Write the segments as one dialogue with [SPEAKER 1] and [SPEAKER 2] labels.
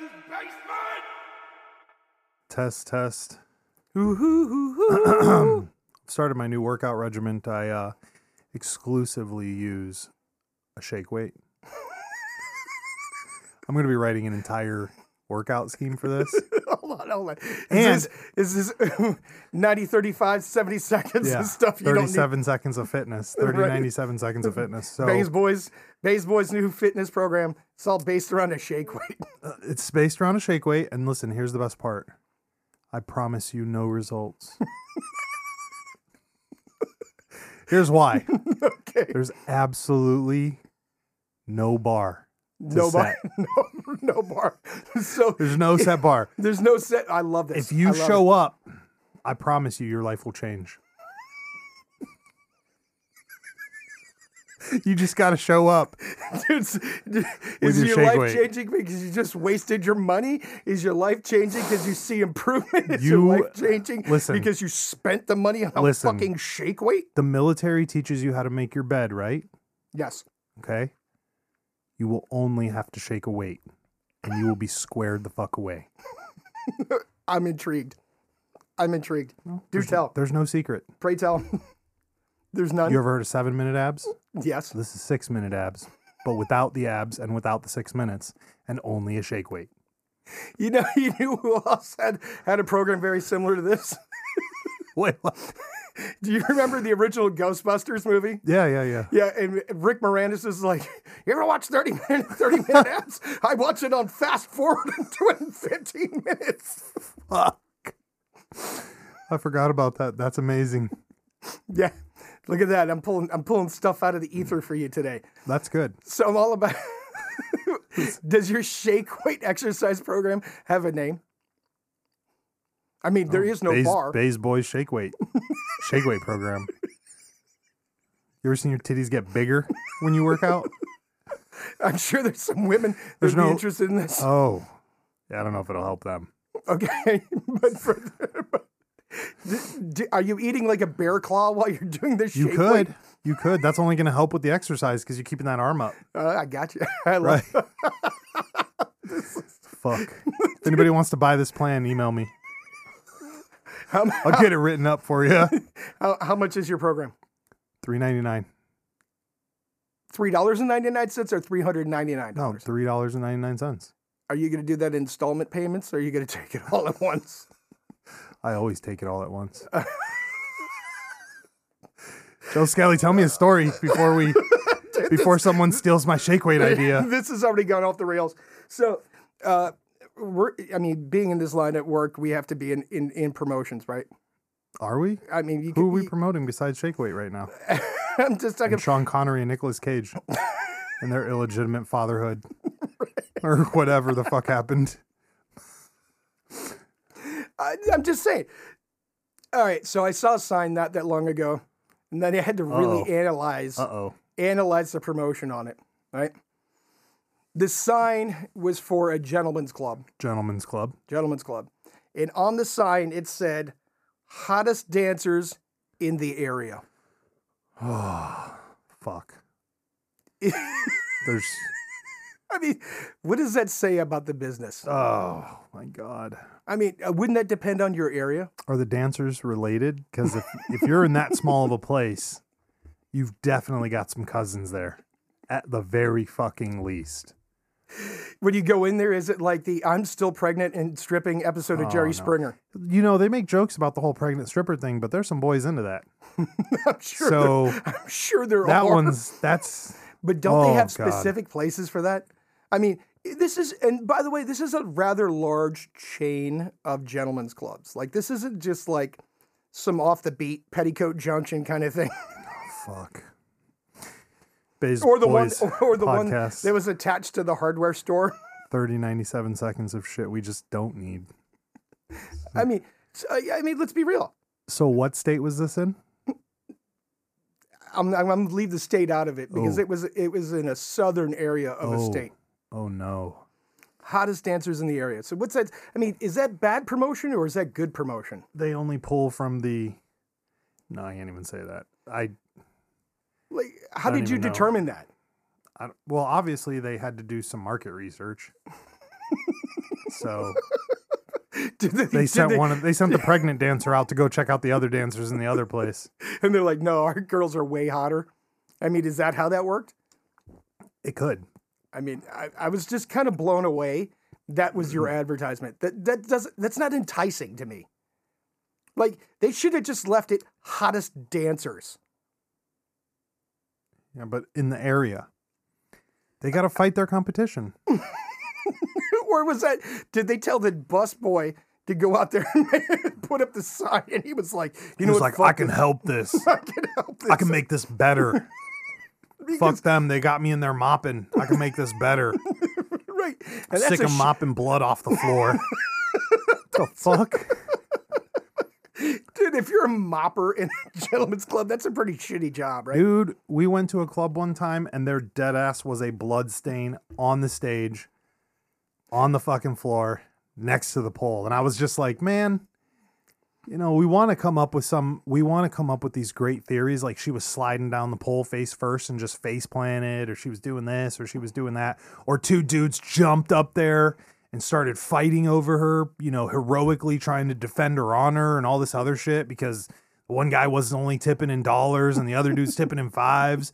[SPEAKER 1] basement!
[SPEAKER 2] Test, test.
[SPEAKER 3] Ooh, ooh, ooh, ooh.
[SPEAKER 2] Started my new workout regiment. I uh, exclusively use a shake weight. I'm going to be writing an entire workout scheme for this.
[SPEAKER 3] hold on, hold on. Is
[SPEAKER 2] And-
[SPEAKER 3] this, is this 90, 35, 70 seconds
[SPEAKER 2] Yeah.
[SPEAKER 3] of stuff you don't need?
[SPEAKER 2] 37 seconds of fitness. 30,
[SPEAKER 3] Right.
[SPEAKER 2] 97 seconds of fitness. So
[SPEAKER 3] Bays Boys, Bays Boys' new fitness program. It's all based around a shake weight.
[SPEAKER 2] it's based around a shake weight. And listen, here's the best part I promise you no results. here's why
[SPEAKER 3] okay.
[SPEAKER 2] there's absolutely no bar. to
[SPEAKER 3] No bar.
[SPEAKER 2] set.
[SPEAKER 3] No, no bar. So
[SPEAKER 2] There's no set bar.
[SPEAKER 3] there's no set. I love this.
[SPEAKER 2] If you
[SPEAKER 3] I love
[SPEAKER 2] show up, I promise you, your life will change. you just got to show up.
[SPEAKER 3] it. It's- is
[SPEAKER 2] your
[SPEAKER 3] your,
[SPEAKER 2] shake
[SPEAKER 3] life
[SPEAKER 2] weight.
[SPEAKER 3] changing because you just wasted your money? Is your life changing because you see improvement? Is
[SPEAKER 2] You-
[SPEAKER 3] your life changing
[SPEAKER 2] listen.
[SPEAKER 3] because you spent the money on a
[SPEAKER 2] Listen.
[SPEAKER 3] fucking shake weight?
[SPEAKER 2] The military teaches you how to make your bed, right?
[SPEAKER 3] Yes.
[SPEAKER 2] Okay. You will only have to shake a weight and you will be squared the fuck away.
[SPEAKER 3] I'm intrigued. I'm intrigued. Do
[SPEAKER 2] There's-
[SPEAKER 3] tell.
[SPEAKER 2] There's no secret.
[SPEAKER 3] Pray tell. There's none.
[SPEAKER 2] You ever heard of seven minute abs?
[SPEAKER 3] yes.
[SPEAKER 2] This is six minute abs, but without the abs and without the six minutes and only a shake weight.
[SPEAKER 3] You know, you knew who else had, had a program very similar to this?
[SPEAKER 2] Wait, what?
[SPEAKER 3] Do you remember the original Ghostbusters movie?
[SPEAKER 2] Yeah, yeah, yeah.
[SPEAKER 3] Yeah, and Rick Moranis is like, you ever watch 30 minute, 30 minute abs? I watch it on fast forward and do it in 15 minutes.
[SPEAKER 2] Fuck. I forgot about that. That's amazing.
[SPEAKER 3] Yeah. Look at that. I'm pulling I'm pulling stuff out of the ether for you today.
[SPEAKER 2] That's good.
[SPEAKER 3] So I'm all about Does your shake weight exercise program have a name? I mean, there is no
[SPEAKER 2] Bays,
[SPEAKER 3] bar.
[SPEAKER 2] Bays Boys Shake Weight. shake Weight program. You ever seen your titties get bigger when you work out?
[SPEAKER 3] I'm sure there's some women
[SPEAKER 2] There's
[SPEAKER 3] that'd be
[SPEAKER 2] no-
[SPEAKER 3] interested in this.
[SPEAKER 2] Oh. Yeah, I don't know if it'll help them.
[SPEAKER 3] okay, but for but d- d- are you eating like a bear claw while you're doing this?
[SPEAKER 2] You
[SPEAKER 3] shake weight?
[SPEAKER 2] could. You could. That's only going to help with the exercise because you're keeping that arm up.
[SPEAKER 3] Uh, I got you. I love
[SPEAKER 2] Right. Fuck. If anybody wants to buy this plan, email me.
[SPEAKER 3] how,
[SPEAKER 2] I'll get it written up for you.
[SPEAKER 3] how, how much is your program?
[SPEAKER 2] Three ninety nine.
[SPEAKER 3] Three dollars and ninety nine cents or three hundred ninety nine
[SPEAKER 2] No,
[SPEAKER 3] dollars.
[SPEAKER 2] three dollars and ninety nine cents.
[SPEAKER 3] Are you going to do that in installment payments? or Are you going to take it all at once?
[SPEAKER 2] I always take it all at once. Joe Skelly, tell me a story before we before someone steals my shake weight idea.
[SPEAKER 3] this has already gone off the rails. So, uh, we're, I mean, being in this line at work, we have to be in, in, in promotions, right?
[SPEAKER 2] Are we?
[SPEAKER 3] I mean, you
[SPEAKER 2] Who are
[SPEAKER 3] can,
[SPEAKER 2] we promoting besides Shake Weight right now?
[SPEAKER 3] I'm just talking
[SPEAKER 2] And Sean Connery and Nicolas Cage and their illegitimate fatherhood. Or whatever the fuck happened.
[SPEAKER 3] I, I'm just saying. All right, so I saw a sign not that long ago, and then I had to really
[SPEAKER 2] Uh-oh.
[SPEAKER 3] analyze
[SPEAKER 2] Uh oh.
[SPEAKER 3] analyze the promotion on it. Right, the sign was for a gentleman's club.
[SPEAKER 2] Gentlemen's Club.
[SPEAKER 3] Gentlemen's club, and on the sign it said, "Hottest dancers in the area."
[SPEAKER 2] Oh, fuck.
[SPEAKER 3] I
[SPEAKER 2] There's.
[SPEAKER 3] mean, what does that say about the business? Uh,
[SPEAKER 2] Oh, my God.
[SPEAKER 3] I mean, uh, wouldn't that depend on your area?
[SPEAKER 2] Are the dancers related? Because if, if you're in that small of a place, you've definitely got some cousins there at the very fucking least.
[SPEAKER 3] When you go in there, is it like the "I'm still pregnant and stripping" episode of
[SPEAKER 2] Oh,
[SPEAKER 3] Jerry
[SPEAKER 2] no.
[SPEAKER 3] Springer?
[SPEAKER 2] You know, they make jokes about the whole pregnant stripper thing, but there's some boys into that.
[SPEAKER 3] I'm sure. there-
[SPEAKER 2] So
[SPEAKER 3] I'm sure there
[SPEAKER 2] that
[SPEAKER 3] are.
[SPEAKER 2] one's, that's,
[SPEAKER 3] But don't they
[SPEAKER 2] Oh,
[SPEAKER 3] have
[SPEAKER 2] God.
[SPEAKER 3] specific places for that? I mean, i- this is, and by the way, this is a rather large chain of gentlemen's clubs. Like, this isn't just like some off the beat petticoat junction kind of thing,
[SPEAKER 2] fuck. Bays
[SPEAKER 3] or the
[SPEAKER 2] boys
[SPEAKER 3] one, or the one
[SPEAKER 2] podcast.
[SPEAKER 3] that was attached to the hardware store.
[SPEAKER 2] 30, 97 seconds of shit we just don't need.
[SPEAKER 3] I
[SPEAKER 2] Hmm.
[SPEAKER 3] mean, s- I I mean, let's be real.
[SPEAKER 2] So what state was this in?
[SPEAKER 3] I'm, I'm gonna leave the state out of it because
[SPEAKER 2] Oh.
[SPEAKER 3] it was it was in a southern area of a
[SPEAKER 2] Oh.
[SPEAKER 3] state.
[SPEAKER 2] Oh no.
[SPEAKER 3] Hottest dancers in the area. So what's that? I mean, is that bad promotion or is that good promotion?
[SPEAKER 2] They only pull from the, no, I can't even say that. I
[SPEAKER 3] Like, how
[SPEAKER 2] Don't
[SPEAKER 3] did you
[SPEAKER 2] even know.
[SPEAKER 3] determine that?
[SPEAKER 2] I, don't- well, obviously they had to do some market research. So
[SPEAKER 3] Did
[SPEAKER 2] they
[SPEAKER 3] did
[SPEAKER 2] sent
[SPEAKER 3] they-
[SPEAKER 2] one. Of, they sent the pregnant dancer out to go check out the other dancers in the other place.
[SPEAKER 3] and they're like, no, our girls are way hotter. I mean, is that how that worked?
[SPEAKER 2] It could.
[SPEAKER 3] I mean, I, I was just kind of blown away. That was your
[SPEAKER 2] Mm-hmm.
[SPEAKER 3] advertisement. That that doesn't that's not enticing to me. Like they should have just left it hottest dancers.
[SPEAKER 2] Yeah, but in the area, they got to fight their competition.
[SPEAKER 3] or was that did they tell the busboy to go out there and put up the sign and he was like, you
[SPEAKER 2] He
[SPEAKER 3] know
[SPEAKER 2] was
[SPEAKER 3] what
[SPEAKER 2] like,
[SPEAKER 3] fuck
[SPEAKER 2] I can help this.
[SPEAKER 3] I can help this.
[SPEAKER 2] I can make this better.
[SPEAKER 3] because-
[SPEAKER 2] Fuck them. They got me in there mopping. I can make this better.
[SPEAKER 3] right. And that's
[SPEAKER 2] Sick
[SPEAKER 3] a
[SPEAKER 2] of
[SPEAKER 3] sh-
[SPEAKER 2] mopping blood off the floor. the fuck?
[SPEAKER 3] dude, if you're a mopper in a gentleman's club, that's a pretty shitty job, right?
[SPEAKER 2] Dude, we went to a club one time and their dead ass was a blood stain on the stage, on the fucking floor, next to the pole. And I was just like, man, you know, we want to come up with some, we want to come up with these great theories. Like she was sliding down the pole face first and just face planted, or she was doing this, or she was doing that, or two dudes jumped up there and started fighting over her, you know, heroically trying to defend her honor and all this other shit because one guy was only tipping in dollars and the other dude's tipping in fives.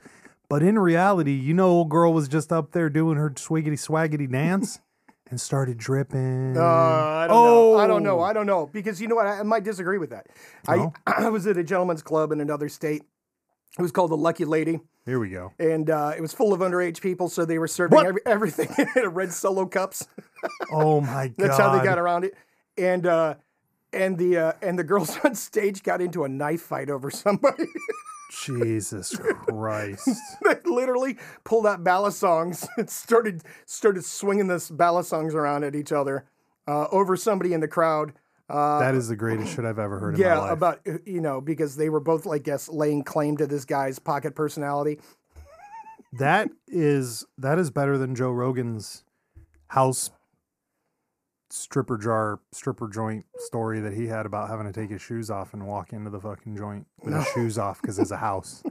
[SPEAKER 2] But in reality, you know, old girl was just up there doing her swiggity swaggity dance and started dripping.
[SPEAKER 3] Uh, I don't know. I don't know. I don't know because you know what? I, I might disagree with that.
[SPEAKER 2] Oh. No?
[SPEAKER 3] I, I was at a gentleman's club in another state. It was called the Lucky Lady,
[SPEAKER 2] Here we go.
[SPEAKER 3] and uh, it was full of underage people, so they were serving
[SPEAKER 2] What?
[SPEAKER 3] every, everything in red solo cups.
[SPEAKER 2] Oh my god.
[SPEAKER 3] That's how they got around it. And uh, and the uh, and the girls on stage got into a knife fight over somebody.
[SPEAKER 2] Jesus Christ.
[SPEAKER 3] they literally pulled out ballad songs and started started swinging this ballad songs around at each other uh, over somebody in the crowd. Uh,
[SPEAKER 2] That is the greatest shit I've ever heard in my
[SPEAKER 3] Yeah,
[SPEAKER 2] life.
[SPEAKER 3] about uh, you know because they were both like guess laying claim to this guy's pocket personality.
[SPEAKER 2] that is that is better than Joe Rogan's house stripper jar stripper joint story that he had about having to take his shoes off and walk into the fucking joint with his shoes off because it's a house.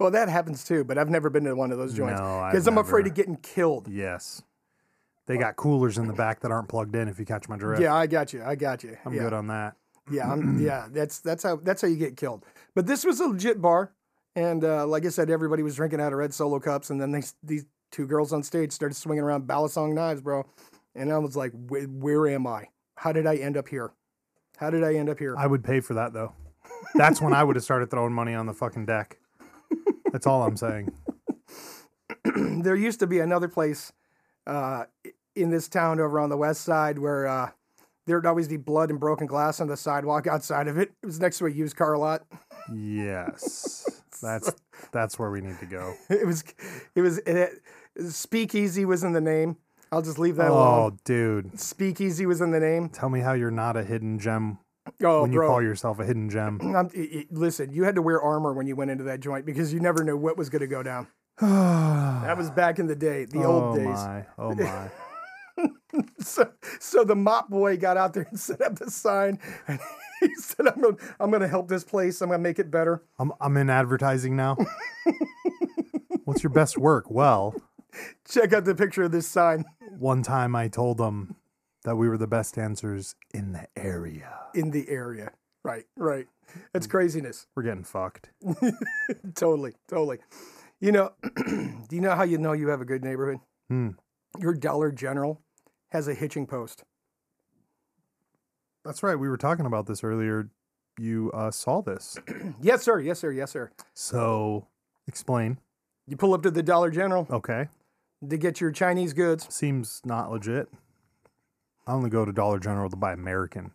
[SPEAKER 3] Well, that happens too, but I've never been to one of those joints
[SPEAKER 2] No, I've
[SPEAKER 3] because I'm afraid
[SPEAKER 2] never.
[SPEAKER 3] of getting killed.
[SPEAKER 2] Yes. They got coolers in the back that aren't plugged in if you catch my drift.
[SPEAKER 3] Yeah, I got you. I got you.
[SPEAKER 2] I'm
[SPEAKER 3] yeah,
[SPEAKER 2] good on that.
[SPEAKER 3] yeah, I'm, yeah. That's that's how that's how you get killed. But this was a legit bar, and uh, like I said, everybody was drinking out of red solo cups, and then they, s- these two girls on stage started swinging around balisong knives, bro. And I was like, "Wh- where am I? How did I end up here? How did I end up here?
[SPEAKER 2] I would pay for that though. That's when I would have started throwing money on the fucking deck. That's all I'm saying.
[SPEAKER 3] there used to be another place uh, i- in this town over on the west side where uh, there'd always be blood and broken glass on the sidewalk outside of it. It was next to a used car lot.
[SPEAKER 2] Yes. That's that's where we need to go.
[SPEAKER 3] It was, it was, it, speakeasy was in the name. I'll just leave that alone.
[SPEAKER 2] Oh, dude.
[SPEAKER 3] Speakeasy was in the name.
[SPEAKER 2] Tell me how you're not a hidden gem
[SPEAKER 3] Oh,
[SPEAKER 2] when you
[SPEAKER 3] bro.
[SPEAKER 2] call yourself a hidden gem.
[SPEAKER 3] I'm- i- i- listen, you had to wear armor when you went into that joint because you never knew what was going to go down. That
[SPEAKER 2] that
[SPEAKER 3] was back in the day, the
[SPEAKER 2] oh
[SPEAKER 3] old days.
[SPEAKER 2] My, oh my.
[SPEAKER 3] So, so the mop boy got out there and set up the sign. And he said, I'm going to I'm gonna help this place. I'm going to make it better.
[SPEAKER 2] I'm I'm in advertising now. What's your best work? Well,
[SPEAKER 3] Check out the picture of this sign
[SPEAKER 2] one time I told them that we were the best dancers in the area.
[SPEAKER 3] in the area. Right, right.
[SPEAKER 2] Mm.
[SPEAKER 3] That's craziness.
[SPEAKER 2] We're getting fucked.
[SPEAKER 3] Totally, totally. You know, do you know how you know you have a good neighborhood?
[SPEAKER 2] Hmm.
[SPEAKER 3] Your Dollar General has a hitching post.
[SPEAKER 2] That's right. We were talking about this earlier. You uh, saw this.
[SPEAKER 3] Yes, sir. Yes, sir. Yes, sir.
[SPEAKER 2] So explain.
[SPEAKER 3] You pull up to the Dollar General
[SPEAKER 2] Okay.
[SPEAKER 3] to get your Chinese goods.
[SPEAKER 2] Seems not legit. I only go to Dollar General to buy American.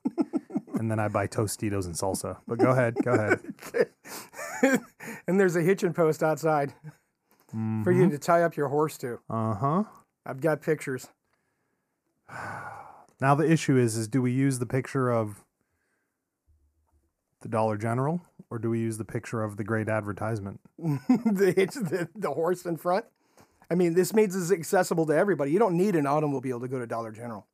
[SPEAKER 2] and then I buy Tostitos and salsa. But go ahead. Go ahead.
[SPEAKER 3] and there's a hitching post outside for you to tie up your horse to.
[SPEAKER 2] Uh huh.
[SPEAKER 3] I've got pictures.
[SPEAKER 2] Now the issue is is do we use the picture of the Dollar General or do we use the picture of the great advertisement?
[SPEAKER 3] the, hitch, the the horse in front. I mean, this means it's accessible to everybody. You don't need an automobile to go to Dollar General,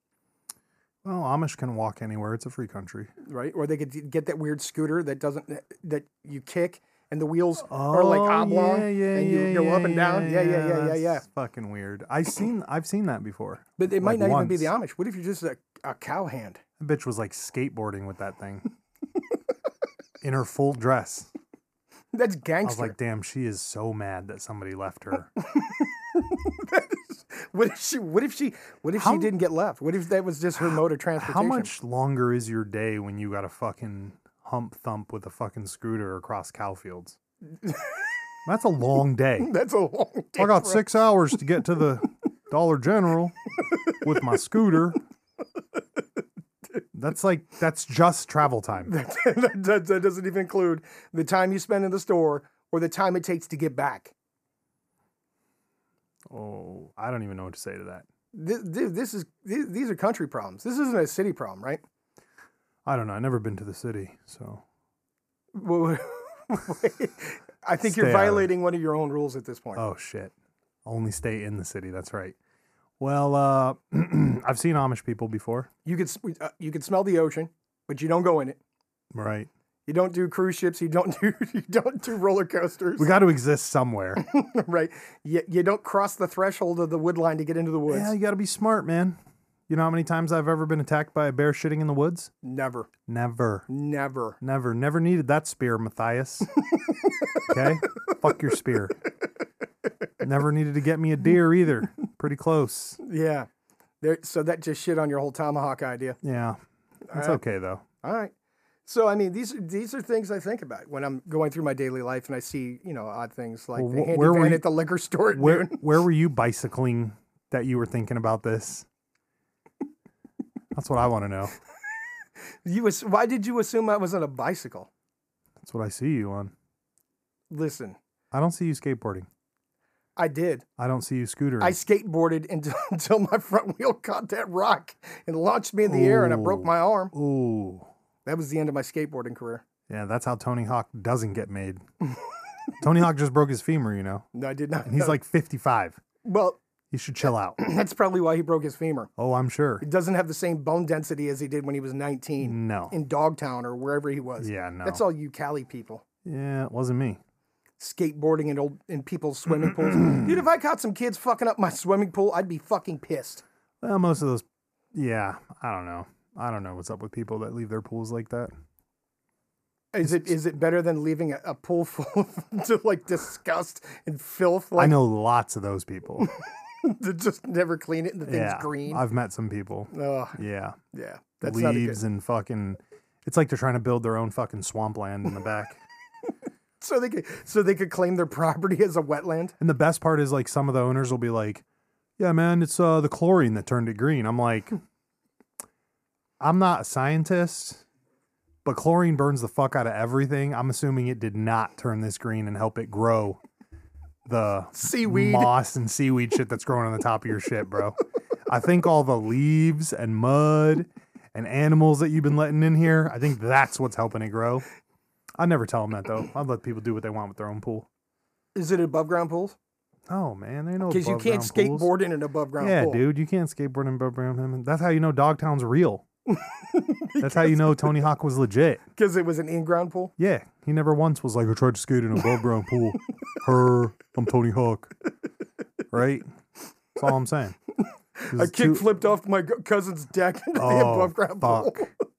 [SPEAKER 2] Well, Amish can walk anywhere. It's a free country.
[SPEAKER 3] right? Or they could get that weird scooter that doesn't that you kick and the wheels are like
[SPEAKER 2] Oh,
[SPEAKER 3] oblong and you go up and down. Yeah, yeah, yeah, yeah, yeah.
[SPEAKER 2] That's Fucking weird. I seen I've seen that before.
[SPEAKER 3] But it might
[SPEAKER 2] Like
[SPEAKER 3] not even be the
[SPEAKER 2] once.
[SPEAKER 3] Amish. What if you're just a, a cowhand?
[SPEAKER 2] That bitch was like skateboarding with that thing. In her full dress.
[SPEAKER 3] That's
[SPEAKER 2] I was
[SPEAKER 3] gangster.
[SPEAKER 2] like, damn, she is so mad that somebody left her.
[SPEAKER 3] what if she? What if she? What if
[SPEAKER 2] How-
[SPEAKER 3] she didn't get left? What if that was just her mode of transportation?
[SPEAKER 2] How much longer is your day when you got a fucking hump thump with a fucking scooter across cow fields? That's a long day.
[SPEAKER 3] That's a long. Day,
[SPEAKER 2] I got
[SPEAKER 3] bro.
[SPEAKER 2] six hours to get to the Dollar General with my scooter. That's like that's just travel time.
[SPEAKER 3] that, that- that doesn't even include the time you spend in the store or the time it takes to get back.
[SPEAKER 2] Oh, I don't even know what to say to that.
[SPEAKER 3] This, this is thi- these are country problems. This isn't a city problem, right?
[SPEAKER 2] I don't know. I've never been to the city, so
[SPEAKER 3] Well, I think
[SPEAKER 2] Stay out of it.
[SPEAKER 3] you're violating one of your own rules at this point.
[SPEAKER 2] oh shit. Only stay in the city. That's right. Well, uh, I've seen Amish people before.
[SPEAKER 3] You could s- uh, you could smell the ocean, but you don't go in it.
[SPEAKER 2] Right.
[SPEAKER 3] You don't do cruise ships. You don't do you don't do roller coasters,
[SPEAKER 2] We got to exist somewhere.
[SPEAKER 3] right? You, you don't cross the threshold of the wood line to get into the woods.
[SPEAKER 2] Yeah, you got to be smart, man. You know how many times I've ever been attacked by a bear shitting in the woods?
[SPEAKER 3] Never,
[SPEAKER 2] Never.
[SPEAKER 3] never.
[SPEAKER 2] Never. Never needed that spear, Matthias. okay? Fuck your spear. Never needed to get me a deer either. Pretty close.
[SPEAKER 3] Yeah. There, so that just shit on your whole tomahawk idea.
[SPEAKER 2] Yeah. That's okay, though.
[SPEAKER 3] All right. So I mean, these are- these are things I think about when I'm going through my daily life and I see you know odd things like
[SPEAKER 2] Well,
[SPEAKER 3] the
[SPEAKER 2] wh-
[SPEAKER 3] handy
[SPEAKER 2] where were
[SPEAKER 3] van
[SPEAKER 2] you-
[SPEAKER 3] at the liquor store at
[SPEAKER 2] Where,
[SPEAKER 3] noon.
[SPEAKER 2] where were you bicycling that you were thinking about this? That's what I want to know.
[SPEAKER 3] You ass- why did you assume I was on a bicycle?
[SPEAKER 2] That's what I see you on.
[SPEAKER 3] Listen,
[SPEAKER 2] I don't see you skateboarding.
[SPEAKER 3] I did.
[SPEAKER 2] I don't see you scootering.
[SPEAKER 3] I skateboarded until, until my front wheel caught that rock and launched me in the air, and I broke
[SPEAKER 2] Ooh.
[SPEAKER 3] my arm.
[SPEAKER 2] Ooh.
[SPEAKER 3] That was the end of my skateboarding career.
[SPEAKER 2] Yeah, that's how Tony Hawk doesn't get made. Tony Hawk just broke his femur, you know,
[SPEAKER 3] No, I did not.
[SPEAKER 2] and he's
[SPEAKER 3] no.
[SPEAKER 2] like 55.
[SPEAKER 3] well,
[SPEAKER 2] He should chill out.
[SPEAKER 3] that's probably why he broke his femur.
[SPEAKER 2] Oh, I'm sure.
[SPEAKER 3] It doesn't have the same bone density as he did when he was 19
[SPEAKER 2] No.
[SPEAKER 3] in Dogtown or wherever he was.
[SPEAKER 2] Mm. Yeah, no.
[SPEAKER 3] That's all you Cali people.
[SPEAKER 2] Yeah, it wasn't me.
[SPEAKER 3] skateboarding in old in people's swimming pools. Dude, if I caught some kids fucking up my swimming pool, I'd be fucking pissed.
[SPEAKER 2] Well, most of those. Yeah, I don't know. I don't know what's up with people that leave their pools like that.
[SPEAKER 3] Is it is it better than leaving a, a pool full of to like disgust and filth?
[SPEAKER 2] I
[SPEAKER 3] Like
[SPEAKER 2] know lots of those people.
[SPEAKER 3] to just never clean it and the thing's
[SPEAKER 2] yeah, Uh,
[SPEAKER 3] green.
[SPEAKER 2] I've met some people.
[SPEAKER 3] Ugh,
[SPEAKER 2] Yeah,
[SPEAKER 3] yeah, that's not a good.
[SPEAKER 2] leaves and fucking. It's like they're trying to build their own fucking swampland in the back.
[SPEAKER 3] So they could so they could claim their property as a wetland.
[SPEAKER 2] and the best part is like some of the owners will be like, "Yeah, man, it's uh, the chlorine that turned it green." I'm like, I'm not a scientist, but chlorine burns the fuck out of everything. I'm assuming it did not turn this green and help it grow the
[SPEAKER 3] Seaweed.
[SPEAKER 2] moss and seaweed shit that's growing on the top of your shit, bro. I think all the leaves and mud and animals that you've been letting in here, I think that's what's helping it grow. I never tell them that though. I let people do what they want with their own pool. Mm.
[SPEAKER 3] Is it above ground pools?
[SPEAKER 2] Oh man, they know
[SPEAKER 3] Because you can't skateboard in an above ground
[SPEAKER 2] Yeah,
[SPEAKER 3] pool.
[SPEAKER 2] dude, you can't skateboard in above ground. him. That's how you know Dogtown's real. That's how you know Tony Hawk was legit.
[SPEAKER 3] Because it was an in ground pool.
[SPEAKER 2] Yeah, he never once was like, I tried to skate in an above ground pool. Her, I'm Tony Hawk. Right? That's all I'm saying.
[SPEAKER 3] A kid flipped off my g- cousin's deck into the
[SPEAKER 2] Oh,
[SPEAKER 3] above ground pool.
[SPEAKER 2] fuck.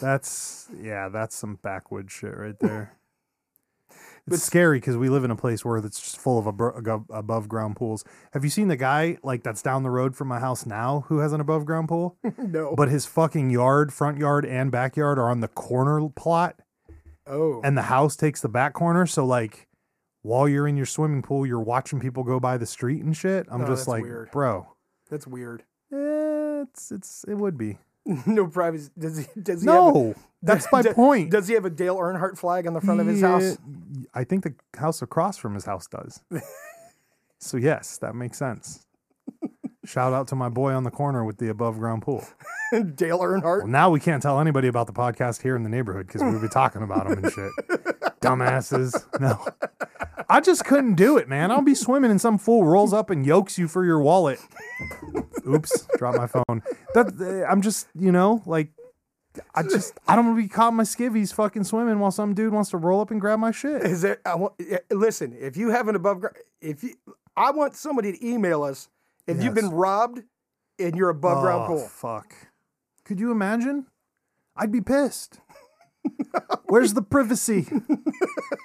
[SPEAKER 2] That's yeah, that's some backwood shit right there. It's scary because we live in a place where it's just full of abro- above ground pools. Have you seen the guy like that's down the road from my house now who has an above ground pool?
[SPEAKER 3] No.
[SPEAKER 2] but his fucking yard, front yard, and backyard are on the corner plot,
[SPEAKER 3] oh.
[SPEAKER 2] and the house takes the back corner. So like, while you're in your swimming pool, you're watching people go by the street and shit. I'm
[SPEAKER 3] Oh,
[SPEAKER 2] just
[SPEAKER 3] that's
[SPEAKER 2] like,
[SPEAKER 3] weird.
[SPEAKER 2] bro,
[SPEAKER 3] That's weird.
[SPEAKER 2] eh, it's it's it would be
[SPEAKER 3] no privacy. Does he? Does he Have a,
[SPEAKER 2] no. That's my
[SPEAKER 3] does-
[SPEAKER 2] point.
[SPEAKER 3] Does he have a Dale Earnhardt flag on the front of his
[SPEAKER 2] Yeah,
[SPEAKER 3] house?
[SPEAKER 2] I think the house across from his house does. so yes, that makes sense. Shout out to my boy on the corner with the above ground pool.
[SPEAKER 3] Dale Earnhardt.
[SPEAKER 2] Well, now we can't tell anybody about the podcast here in the neighborhood because we'll be talking about them and shit. Dumbasses. No. I just couldn't do it, man. I'll be swimming and some fool rolls up and yokes you for your uh, wallet. Oops, dropped my phone. That I'm just, you know, like I just I don't want to be caught in my skivvies fucking swimming while some dude wants to roll up and grab my shit.
[SPEAKER 3] Is there? I want, yeah, listen, if you have an above ground, if you, I want somebody to email us if you've been
[SPEAKER 2] Yes.
[SPEAKER 3] robbed in your above
[SPEAKER 2] Oh,
[SPEAKER 3] ground pool.
[SPEAKER 2] Fuck. Could you imagine? I'd be pissed. Where's the privacy?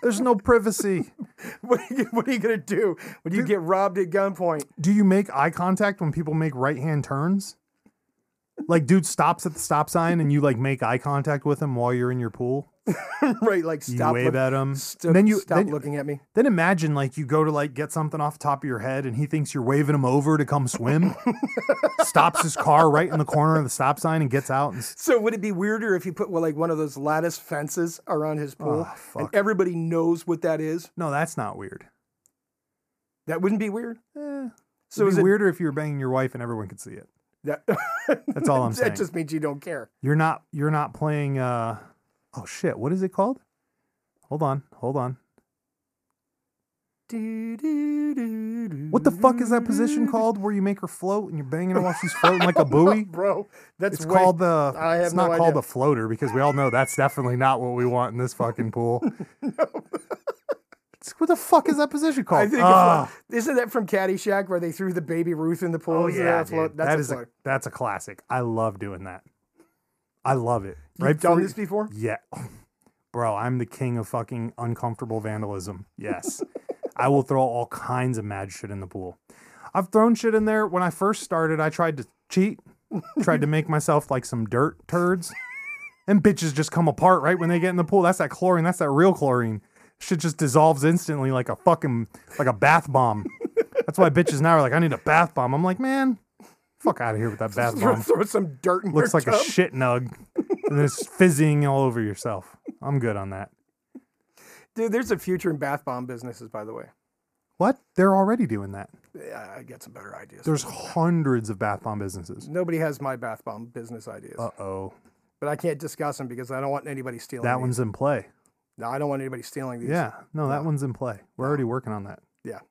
[SPEAKER 2] There's no privacy.
[SPEAKER 3] What are you, what are you gonna do when you get robbed at gunpoint?
[SPEAKER 2] Do you make eye contact when people make right hand turns? Like dude stops at the stop sign and you like make eye contact with him while you're in your pool.
[SPEAKER 3] right, like
[SPEAKER 2] You
[SPEAKER 3] stop.
[SPEAKER 2] wave
[SPEAKER 3] look-
[SPEAKER 2] at him.
[SPEAKER 3] Stop,
[SPEAKER 2] then you
[SPEAKER 3] stop
[SPEAKER 2] then,
[SPEAKER 3] looking at me.
[SPEAKER 2] then imagine like you go to like get something off the top of your head and he thinks you're waving him over to come swim. stops his car right in the corner of the stop sign and gets out and s-
[SPEAKER 3] So would it be weirder if you put well, like one of those lattice fences around his pool,
[SPEAKER 2] Oh,
[SPEAKER 3] and
[SPEAKER 2] fuck.
[SPEAKER 3] everybody knows what that is?
[SPEAKER 2] No, that's not weird.
[SPEAKER 3] That wouldn't be weird.
[SPEAKER 2] Eh.
[SPEAKER 3] So
[SPEAKER 2] It'd
[SPEAKER 3] is
[SPEAKER 2] be
[SPEAKER 3] it
[SPEAKER 2] weirder if you were banging your wife and everyone could see it.
[SPEAKER 3] That,
[SPEAKER 2] That's all I'm saying.
[SPEAKER 3] That just means you don't care.
[SPEAKER 2] You're not you're not playing uh oh shit, what is it called? Hold on, hold on. What the fuck is that position called where you make her float and you're banging her while she's floating like a buoy?
[SPEAKER 3] bro? That's
[SPEAKER 2] It's
[SPEAKER 3] way-
[SPEAKER 2] called the
[SPEAKER 3] I have
[SPEAKER 2] it's not
[SPEAKER 3] no
[SPEAKER 2] called
[SPEAKER 3] idea.
[SPEAKER 2] a floater because we all know that's definitely not what we want in this fucking pool. It's- what the fuck is that position called?
[SPEAKER 3] I think
[SPEAKER 2] Ah.
[SPEAKER 3] it's like, isn't that from Caddyshack where they threw the baby Ruth in the pool?
[SPEAKER 2] Oh
[SPEAKER 3] Isn't that
[SPEAKER 2] yeah,
[SPEAKER 3] a float?
[SPEAKER 2] dude.
[SPEAKER 3] That's
[SPEAKER 2] That
[SPEAKER 3] a
[SPEAKER 2] is
[SPEAKER 3] float.
[SPEAKER 2] that's a classic. I love doing that. I love it. right
[SPEAKER 3] You've done
[SPEAKER 2] before-
[SPEAKER 3] this before?
[SPEAKER 2] Yeah. Bro, I'm the king of fucking uncomfortable vandalism. Yes. I will throw all kinds of mad shit in the pool. I've thrown shit in there. When I first started, I tried to cheat, tried to make myself like some dirt turds. And bitches just come apart right when they get in the pool. That's that chlorine. That's that real chlorine. Shit just dissolves instantly like a fucking like a bath bomb. That's why bitches now are like, I need a bath bomb. I'm like, man, fuck out of here with that bath
[SPEAKER 3] Throw,
[SPEAKER 2] bomb
[SPEAKER 3] throw some dirt in your
[SPEAKER 2] looks like a
[SPEAKER 3] tub.
[SPEAKER 2] shit nug and it's fizzing all over yourself. I'm good on that.
[SPEAKER 3] Dude, there's a future in bath bomb businesses, by the way.
[SPEAKER 2] What? They're already doing that.
[SPEAKER 3] Yeah, I got some better ideas.
[SPEAKER 2] There's hundreds of bath bomb businesses.
[SPEAKER 3] Nobody has my bath bomb business ideas,
[SPEAKER 2] Uh oh.
[SPEAKER 3] but I can't discuss them because I don't want anybody stealing.
[SPEAKER 2] That
[SPEAKER 3] these.
[SPEAKER 2] one's in play.
[SPEAKER 3] No, I don't want anybody stealing these.
[SPEAKER 2] Yeah. No, that one's in play. We're already working on that.
[SPEAKER 3] Yeah.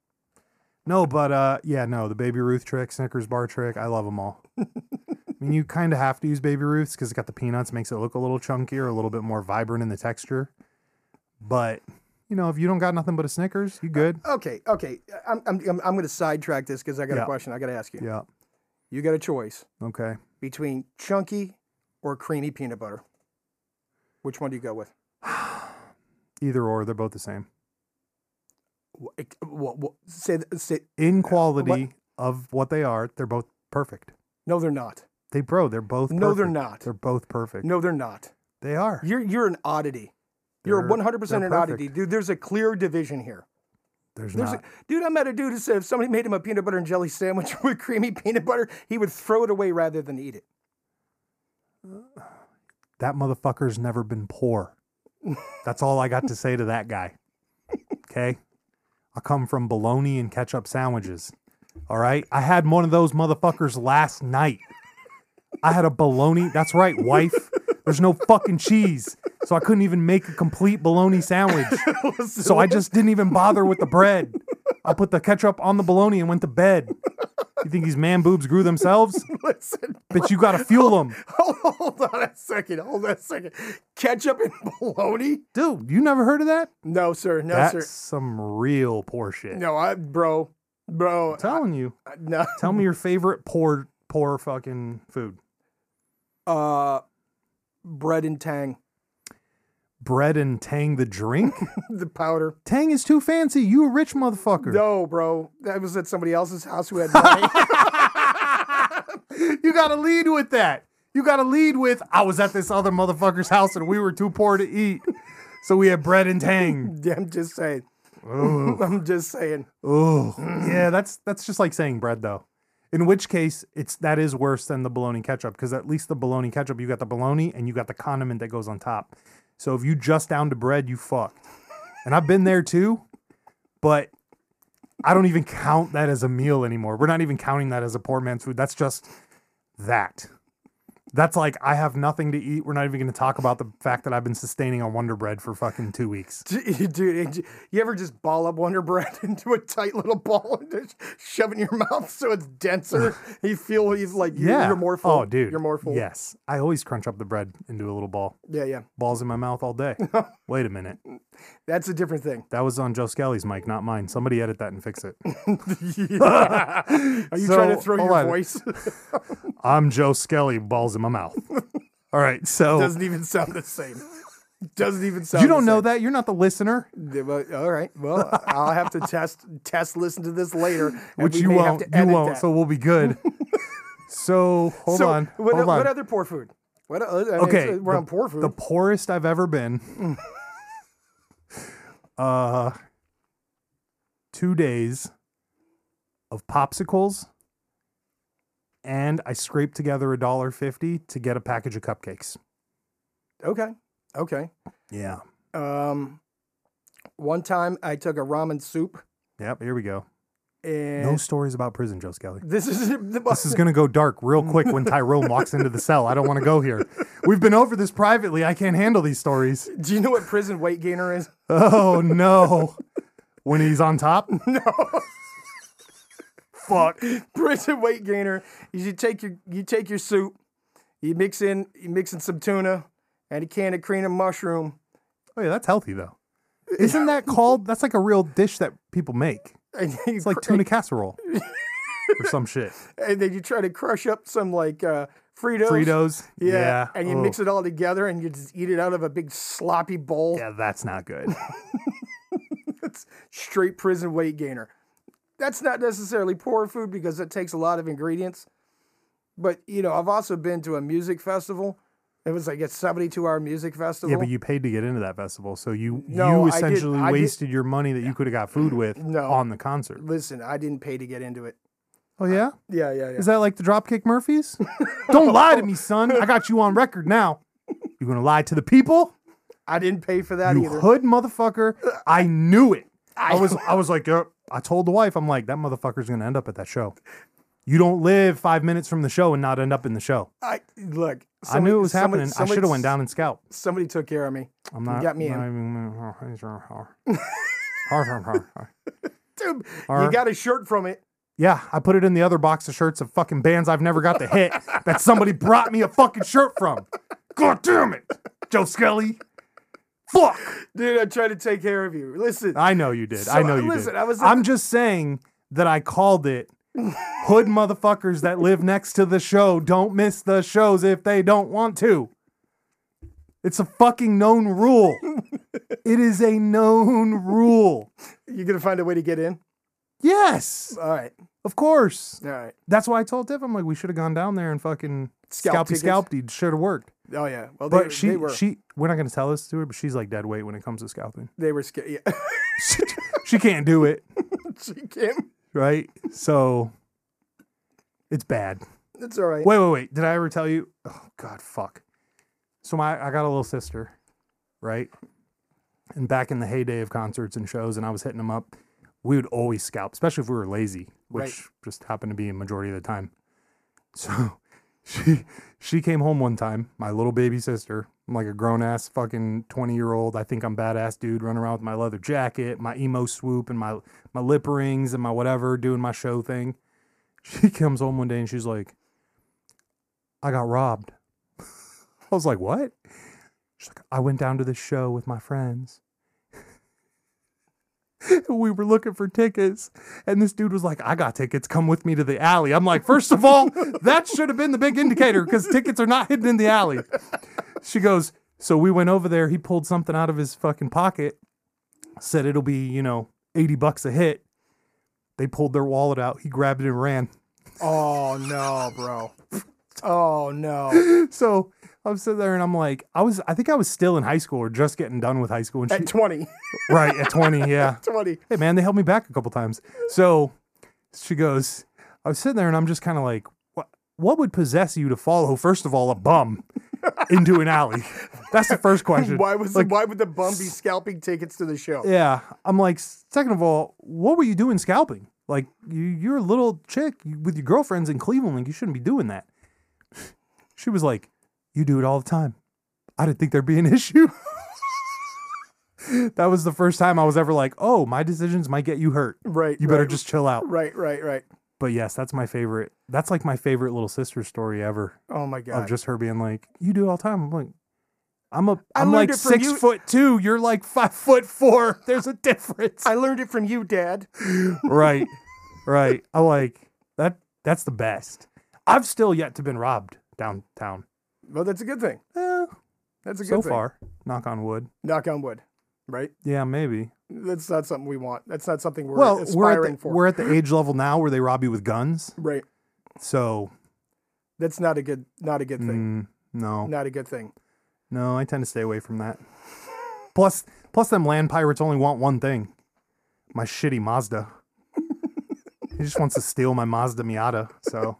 [SPEAKER 2] No, but uh yeah, no, the baby Ruth trick, Snickers bar trick, I love them all. I mean, you kind of have to use baby Ruths because it's got the peanuts, makes it look a little chunkier, a little bit more vibrant in the texture. But you know, if you don't got nothing but a Snickers, you good.
[SPEAKER 3] Okay, okay. I'm I'm I'm, I'm going to sidetrack this because I got
[SPEAKER 2] Yeah.
[SPEAKER 3] a question I got to ask you.
[SPEAKER 2] Yeah.
[SPEAKER 3] You got a choice
[SPEAKER 2] Okay.
[SPEAKER 3] between chunky or creamy peanut butter. Which one do you go with?
[SPEAKER 2] Either or, they're both the same.
[SPEAKER 3] Wha- it- wha- wha- say, th- say
[SPEAKER 2] in quality of what they are, they're both perfect.
[SPEAKER 3] no, they're not.
[SPEAKER 2] They, bro, they're both.
[SPEAKER 3] No, they're
[SPEAKER 2] perfect.
[SPEAKER 3] not.
[SPEAKER 2] They're both perfect.
[SPEAKER 3] No, they're not.
[SPEAKER 2] They are.
[SPEAKER 3] You're you're an oddity. You're
[SPEAKER 2] They're-
[SPEAKER 3] 100 percent
[SPEAKER 2] they're
[SPEAKER 3] an oddity,
[SPEAKER 2] perfect.
[SPEAKER 3] dude. There's a clear division here.
[SPEAKER 2] There's,
[SPEAKER 3] There's
[SPEAKER 2] not.
[SPEAKER 3] a, dude, I met a dude who said if somebody made him a peanut butter and jelly sandwich with creamy peanut butter, he would throw it away rather than eat it.
[SPEAKER 2] that motherfucker's never been poor. That's all I got to say to that guy. Okay? I come from bologna and ketchup sandwiches. All right? I had one of those motherfuckers last night. I had a bologna. That's right, wife. There's no fucking cheese. So I couldn't even make a complete bologna sandwich. So I just didn't even bother with the bread. I put the ketchup on the bologna and went to bed. You think these man boobs grew themselves?
[SPEAKER 3] Listen,
[SPEAKER 2] But you gotta fuel them.
[SPEAKER 3] hold, hold on a second. Hold on a second. Ketchup and bologna?
[SPEAKER 2] Dude, you never heard of that?
[SPEAKER 3] No, sir. No,
[SPEAKER 2] That's
[SPEAKER 3] sir.
[SPEAKER 2] some real poor shit.
[SPEAKER 3] No, I, bro, bro,
[SPEAKER 2] I'm telling you.
[SPEAKER 3] I- no.
[SPEAKER 2] Tell me your favorite poor, poor fucking food.
[SPEAKER 3] Uh, bread and tang,
[SPEAKER 2] Bread and Tang the drink?
[SPEAKER 3] the powder.
[SPEAKER 2] Tang is too fancy. You a rich motherfucker.
[SPEAKER 3] No, bro, that was at somebody else's house who had money.
[SPEAKER 2] You gotta lead with that. You gotta lead with, I was at this other motherfucker's house and we were too poor to eat. So we had bread and tang.
[SPEAKER 3] I'm just saying.
[SPEAKER 2] Ooh.
[SPEAKER 3] I'm just saying.
[SPEAKER 2] Oh, yeah, that's that's just like saying bread though. In which case, it's that is worse than the bologna ketchup because at least the bologna ketchup, you got the bologna and you got the condiment that goes on top. So if you just down to bread, you fucked. And I've been there too, but I don't even count that as a meal anymore. We're not even counting that as a poor man's food. That's just that. That's like I have nothing to eat. We're not even going to talk about the fact that I've been sustaining on Wonder Bread for fucking two weeks.
[SPEAKER 3] Dude, it- you ever just ball up Wonder Bread into a tight little ball and just shove it in your mouth so it's denser? you feel he's like, you're,
[SPEAKER 2] Yeah.
[SPEAKER 3] you're more full.
[SPEAKER 2] Oh, dude.
[SPEAKER 3] You're more full.
[SPEAKER 2] Yes. I always crunch up the bread into a little ball.
[SPEAKER 3] Yeah, yeah.
[SPEAKER 2] Balls in my mouth all day. Wait a minute.
[SPEAKER 3] That's a different thing.
[SPEAKER 2] That was on Joe Skelly's mic, not mine. Somebody edit that and fix it.
[SPEAKER 3] Are you trying to
[SPEAKER 2] So,
[SPEAKER 3] throw
[SPEAKER 2] hold
[SPEAKER 3] your
[SPEAKER 2] on.
[SPEAKER 3] voice?
[SPEAKER 2] I'm Joe Skelly, balls in my mouth. All right. So
[SPEAKER 3] Doesn't even sound the same. Doesn't even sound
[SPEAKER 2] you
[SPEAKER 3] the
[SPEAKER 2] don't know
[SPEAKER 3] same.
[SPEAKER 2] that. You're not the listener.
[SPEAKER 3] Yeah, but- all right. Well, I'll have to test test listen to this later. and
[SPEAKER 2] Which
[SPEAKER 3] we
[SPEAKER 2] you
[SPEAKER 3] may have
[SPEAKER 2] won't.
[SPEAKER 3] to
[SPEAKER 2] You
[SPEAKER 3] edit
[SPEAKER 2] won't.
[SPEAKER 3] that.
[SPEAKER 2] So we'll be good. so hold
[SPEAKER 3] So,
[SPEAKER 2] on.
[SPEAKER 3] What,
[SPEAKER 2] hold
[SPEAKER 3] what
[SPEAKER 2] on.
[SPEAKER 3] other poor food? What, o- I mean,
[SPEAKER 2] Okay,
[SPEAKER 3] it's- we're
[SPEAKER 2] the-
[SPEAKER 3] on poor food.
[SPEAKER 2] the poorest I've ever been. uh, two days of popsicles, and I scraped together a dollar fifty to get a package of cupcakes.
[SPEAKER 3] okay, okay.
[SPEAKER 2] Yeah.
[SPEAKER 3] Um, one time I took a ramen soup,
[SPEAKER 2] Yep. Here we go.
[SPEAKER 3] and
[SPEAKER 2] No stories about prison, Joe Skelly.
[SPEAKER 3] this is the
[SPEAKER 2] This is gonna go dark real quick when Tyrone walks into the cell. I don't want to go here. We've been over this privately. I can't handle these stories.
[SPEAKER 3] Do you know what prison weight gainer is?
[SPEAKER 2] Oh no. When he's on top? No. Fuck.
[SPEAKER 3] prison weight gainer is you take your you take your soup, you mix in you mix in some tuna and a can of cream and mushroom.
[SPEAKER 2] Oh yeah, that's healthy though. Isn't that called? That's like a real dish that people make.
[SPEAKER 3] And
[SPEAKER 2] It's like tuna casserole or some shit.
[SPEAKER 3] and then you try to crush up some like uh, Fritos.
[SPEAKER 2] Fritos. Oh.
[SPEAKER 3] Yeah. And you mix it all together and you just eat it out of a big sloppy bowl.
[SPEAKER 2] Oh, Yeah, that's not good.
[SPEAKER 3] That's straight prison weight gainer. That's not necessarily poor food because it takes a lot of ingredients. But, you know, I've also been to a music festival. It was like a 72 hour music festival.
[SPEAKER 2] Yeah, but you paid to get into that festival, so you
[SPEAKER 3] No,
[SPEAKER 2] you
[SPEAKER 3] I did-
[SPEAKER 2] essentially
[SPEAKER 3] I did-
[SPEAKER 2] wasted your money that you could have got food with
[SPEAKER 3] No.
[SPEAKER 2] on the concert.
[SPEAKER 3] Listen, I didn't pay to get into it.
[SPEAKER 2] Oh yeah,
[SPEAKER 3] Yeah, yeah, yeah.
[SPEAKER 2] is that like the Dropkick Murphys? Don't lie to me, son. I got you on record now. You gonna lie to the people?
[SPEAKER 3] I didn't pay for that
[SPEAKER 2] You
[SPEAKER 3] either.
[SPEAKER 2] hood motherfucker. I knew it. I was I was like, yep. I told the wife, I'm like, that motherfucker's gonna end up at that show. You don't live five minutes from the show and not end up in the show.
[SPEAKER 3] I look.
[SPEAKER 2] I knew
[SPEAKER 3] somebody-
[SPEAKER 2] it was
[SPEAKER 3] somebody-
[SPEAKER 2] happening. I
[SPEAKER 3] somebody-
[SPEAKER 2] should have went down and scout.
[SPEAKER 3] Somebody took care of me.
[SPEAKER 2] I'm not.
[SPEAKER 3] got me
[SPEAKER 2] not
[SPEAKER 3] in.
[SPEAKER 2] even-
[SPEAKER 3] Dude, you
[SPEAKER 2] Or-
[SPEAKER 3] got a shirt from it.
[SPEAKER 2] yeah, I put it in the other box of shirts of fucking bands I've never got to hit that somebody brought me a fucking shirt from. God damn it, Joe Skelly. Fuck.
[SPEAKER 3] Dude, I tried to take care of you. Listen,
[SPEAKER 2] I know you did.
[SPEAKER 3] So,
[SPEAKER 2] I know you
[SPEAKER 3] listen,
[SPEAKER 2] did.
[SPEAKER 3] I was at
[SPEAKER 2] I'm just saying that I called it. Hood motherfuckers that live next to the show don't miss the shows if they don't want to. It's a fucking known rule. it is a known rule.
[SPEAKER 3] you're gonna find a way to get in.
[SPEAKER 2] Yes,
[SPEAKER 3] All right,
[SPEAKER 2] of course.
[SPEAKER 3] all right.
[SPEAKER 2] That's why I told Tiff, I'm like, we should have gone down there and fucking scalpy
[SPEAKER 3] Scalp tickets.
[SPEAKER 2] scalpy. Should have worked.
[SPEAKER 3] Oh yeah. Well, they,
[SPEAKER 2] But
[SPEAKER 3] they
[SPEAKER 2] she,
[SPEAKER 3] were.
[SPEAKER 2] she, we're not going to tell this to her, but she's like dead weight when it comes to scalping.
[SPEAKER 3] they were scared. Yeah.
[SPEAKER 2] she can't do it.
[SPEAKER 3] she came.
[SPEAKER 2] right? So it's bad.
[SPEAKER 3] It's all right.
[SPEAKER 2] Wait, wait, wait. Did I ever tell you? Oh God, fuck. So my I got a little sister, right? And back in the heyday of concerts and shows, and I was hitting them up, we would always scalp, especially if we were lazy, which
[SPEAKER 3] Right.
[SPEAKER 2] just happened to be a majority of the time. So she she came home one time, my little baby sister. I'm like a grown ass fucking 20 year old. I think I'm badass dude running around with my leather jacket, my emo swoop, and my my lip rings and my whatever, doing my show thing. She comes home one day and she's like, I got robbed. I was like, what? She's like, I went down to this show with my friends. we were looking for tickets. And this dude was like, I got tickets. Come with me to the alley. I'm like, first of all, that should have been the big indicator because tickets are not hidden in the alley. She goes, So we went over there. He pulled something out of his fucking pocket, said it'll be, you know, 80 bucks a hit. They pulled their wallet out. He grabbed it and ran.
[SPEAKER 3] Oh no, bro. Oh no.
[SPEAKER 2] So I'm sitting there and I'm like, I was, I think I was still in high school or just getting done with high school. And
[SPEAKER 3] At
[SPEAKER 2] she,
[SPEAKER 3] 20,
[SPEAKER 2] right at 20, yeah.
[SPEAKER 3] 20.
[SPEAKER 2] Hey man, they held me back a couple times. So she goes, I was sitting there and I'm just kind of like, what, what would possess you to follow, first of all, a bum into an alley? That's the first question.
[SPEAKER 3] Why was the, why would the bum be scalping tickets to the show?
[SPEAKER 2] Yeah. I'm like, second of all, what were you doing scalping? Like, you, you're a little chick with your girlfriends in Cleveland. Like, you shouldn't be doing that. She was like, You do it all the time. I didn't think there'd be an issue. that was the first time I was ever like, Oh, my decisions might get you hurt.
[SPEAKER 3] Right.
[SPEAKER 2] You better
[SPEAKER 3] right,
[SPEAKER 2] just chill out.
[SPEAKER 3] Right, right, right.
[SPEAKER 2] But yes, that's my favorite. That's like my favorite little sister story ever
[SPEAKER 3] Oh my
[SPEAKER 2] of
[SPEAKER 3] god.
[SPEAKER 2] just her being like, You do it all the time. I'm like, I'm a
[SPEAKER 3] I
[SPEAKER 2] I'm
[SPEAKER 3] learned
[SPEAKER 2] like
[SPEAKER 3] it from
[SPEAKER 2] six
[SPEAKER 3] you-
[SPEAKER 2] foot two. You're like five foot four. There's a difference.
[SPEAKER 3] I learned it from you, Dad.
[SPEAKER 2] right right i like that that's the best i've still yet to been robbed downtown
[SPEAKER 3] Well, that's a good thing.
[SPEAKER 2] Eh,
[SPEAKER 3] That's a good
[SPEAKER 2] so
[SPEAKER 3] thing.
[SPEAKER 2] far knock on wood
[SPEAKER 3] Knock on wood. Right?
[SPEAKER 2] yeah maybe
[SPEAKER 3] That's not something we want. That's not something we're
[SPEAKER 2] well
[SPEAKER 3] aspiring
[SPEAKER 2] we're at, the,
[SPEAKER 3] for.
[SPEAKER 2] we're at the age level now where they rob you with guns
[SPEAKER 3] right.
[SPEAKER 2] so
[SPEAKER 3] That's not a good not a good
[SPEAKER 2] mm,
[SPEAKER 3] thing.
[SPEAKER 2] no
[SPEAKER 3] Not a good thing.
[SPEAKER 2] no i tend to stay away from that plus plus them land pirates only want one thing my shitty mazda he just wants to steal my mazda miata so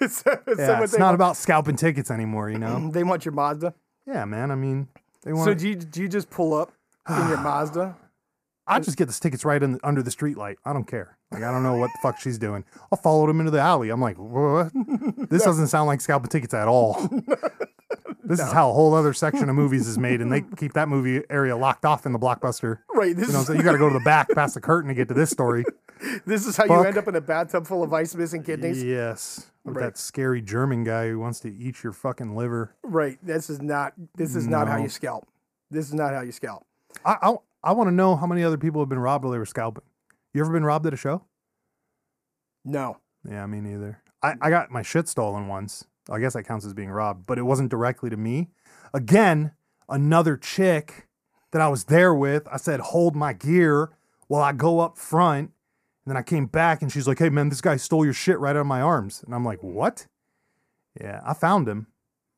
[SPEAKER 3] it's so- it's so
[SPEAKER 2] yeah,
[SPEAKER 3] what
[SPEAKER 2] it's
[SPEAKER 3] they
[SPEAKER 2] not
[SPEAKER 3] want.
[SPEAKER 2] about scalping tickets anymore you know
[SPEAKER 3] they want your Mazda.
[SPEAKER 2] yeah man i mean they want
[SPEAKER 3] So do you, do you just pull up in your Mazda?
[SPEAKER 2] I'll just get the tickets right in, under the streetlight. I don't care. Like I don't know what the fuck she's doing. I followed him into the alley. I'm like, what? This doesn't sound like scalping tickets at all. This is how a whole other section of movies is made, and they keep that movie area locked off in the blockbuster.
[SPEAKER 3] Right. This
[SPEAKER 2] You know,
[SPEAKER 3] is
[SPEAKER 2] so you got to go to the back, past the curtain, to get to this story.
[SPEAKER 3] this is how you
[SPEAKER 2] fuck.
[SPEAKER 3] end up in a bathtub full of ice missing kidneys.
[SPEAKER 2] Yes, with
[SPEAKER 3] Right.
[SPEAKER 2] that scary German guy who wants to eat your fucking liver.
[SPEAKER 3] Right. This is not this is not how
[SPEAKER 2] No.
[SPEAKER 3] you scalp. This is not how you scalp.
[SPEAKER 2] I I, I want to know how many other people have been robbed while they were scalping. You ever been robbed at a show?
[SPEAKER 3] No.
[SPEAKER 2] Yeah, me neither. I, I got my shit stolen once. I guess that counts as being robbed, but it wasn't directly to me. Again, another chick that I was there with, I said, hold my gear while I go up front. And then I came back and she's like, hey, man, this guy stole your shit right out of my arms. And I'm like, what? Yeah, I found him.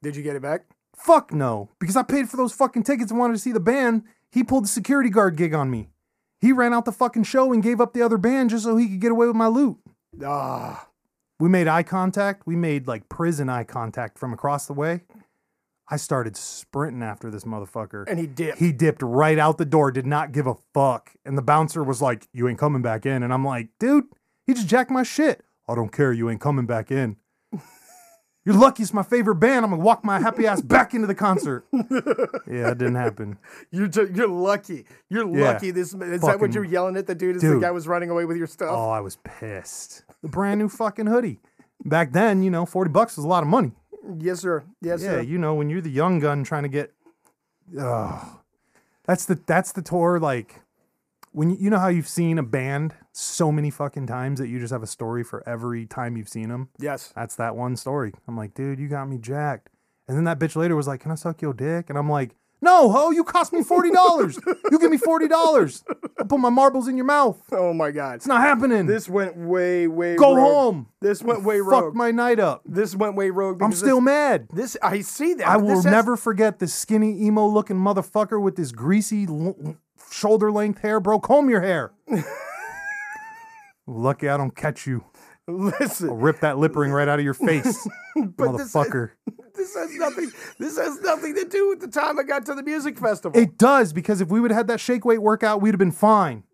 [SPEAKER 3] Did you get it back?
[SPEAKER 2] Fuck no, because I paid for those fucking tickets and wanted to see the band. He pulled the security guard gig on me. He ran out the fucking show and gave up the other band just so he could get away with my loot.
[SPEAKER 3] Ah.
[SPEAKER 2] We made eye contact. We made like prison eye contact from across the way. I started sprinting after this motherfucker.
[SPEAKER 3] And he dipped.
[SPEAKER 2] He dipped right out the door, did not give a fuck. And the bouncer was like, You ain't coming back in. And I'm like, Dude, he just jacked my shit. I don't care. You ain't coming back in. You're lucky it's my favorite band. I'm gonna walk my happy ass back into the concert. yeah, it didn't happen.
[SPEAKER 3] You're ju- you're lucky. You're
[SPEAKER 2] Yeah.
[SPEAKER 3] lucky. This ma- is that what
[SPEAKER 2] Fucking-
[SPEAKER 3] you're yelling at the dude? Is the
[SPEAKER 2] Dude.
[SPEAKER 3] guy was running away with your stuff?
[SPEAKER 2] Oh, I was pissed. The brand new fucking hoodie. Back then, you know, 40 bucks was a lot of money.
[SPEAKER 3] Yes, sir. Yes,
[SPEAKER 2] Oh. Yeah,
[SPEAKER 3] sir.
[SPEAKER 2] you know, when you're the young gun trying to get, oh, that's the that's the tour. Like when you, you know how you've seen a band so many fucking times that you just have a story for every time you've seen them.
[SPEAKER 3] yes.
[SPEAKER 2] That's that one story. I'm like, dude, you got me jacked. And then that bitch later was like, "Can I suck your dick?" And I'm like, "No, ho, you cost me forty dollars. you give me forty dollars. I put my marbles in your mouth.
[SPEAKER 3] Oh my God.
[SPEAKER 2] It's not happening.
[SPEAKER 3] This went way way.
[SPEAKER 2] Go
[SPEAKER 3] rogue.
[SPEAKER 2] home.
[SPEAKER 3] This went way
[SPEAKER 2] Fuck
[SPEAKER 3] rogue.
[SPEAKER 2] my night up.
[SPEAKER 3] this went way rogue.
[SPEAKER 2] I'm
[SPEAKER 3] because
[SPEAKER 2] still mad."
[SPEAKER 3] This, this I see that.
[SPEAKER 2] I
[SPEAKER 3] but this
[SPEAKER 2] will
[SPEAKER 3] has-
[SPEAKER 2] never forget this skinny emo looking motherfucker with this greasy l- shoulder length hair. Bro, comb your hair. Lucky I don't catch you.
[SPEAKER 3] listen.
[SPEAKER 2] Rip that lip ring right out of your face,
[SPEAKER 3] this-
[SPEAKER 2] motherfucker.
[SPEAKER 3] This has nothing. This has nothing to do with the time I got to the music festival.
[SPEAKER 2] It does because if we would have had that shake weight workout, we'd have been fine.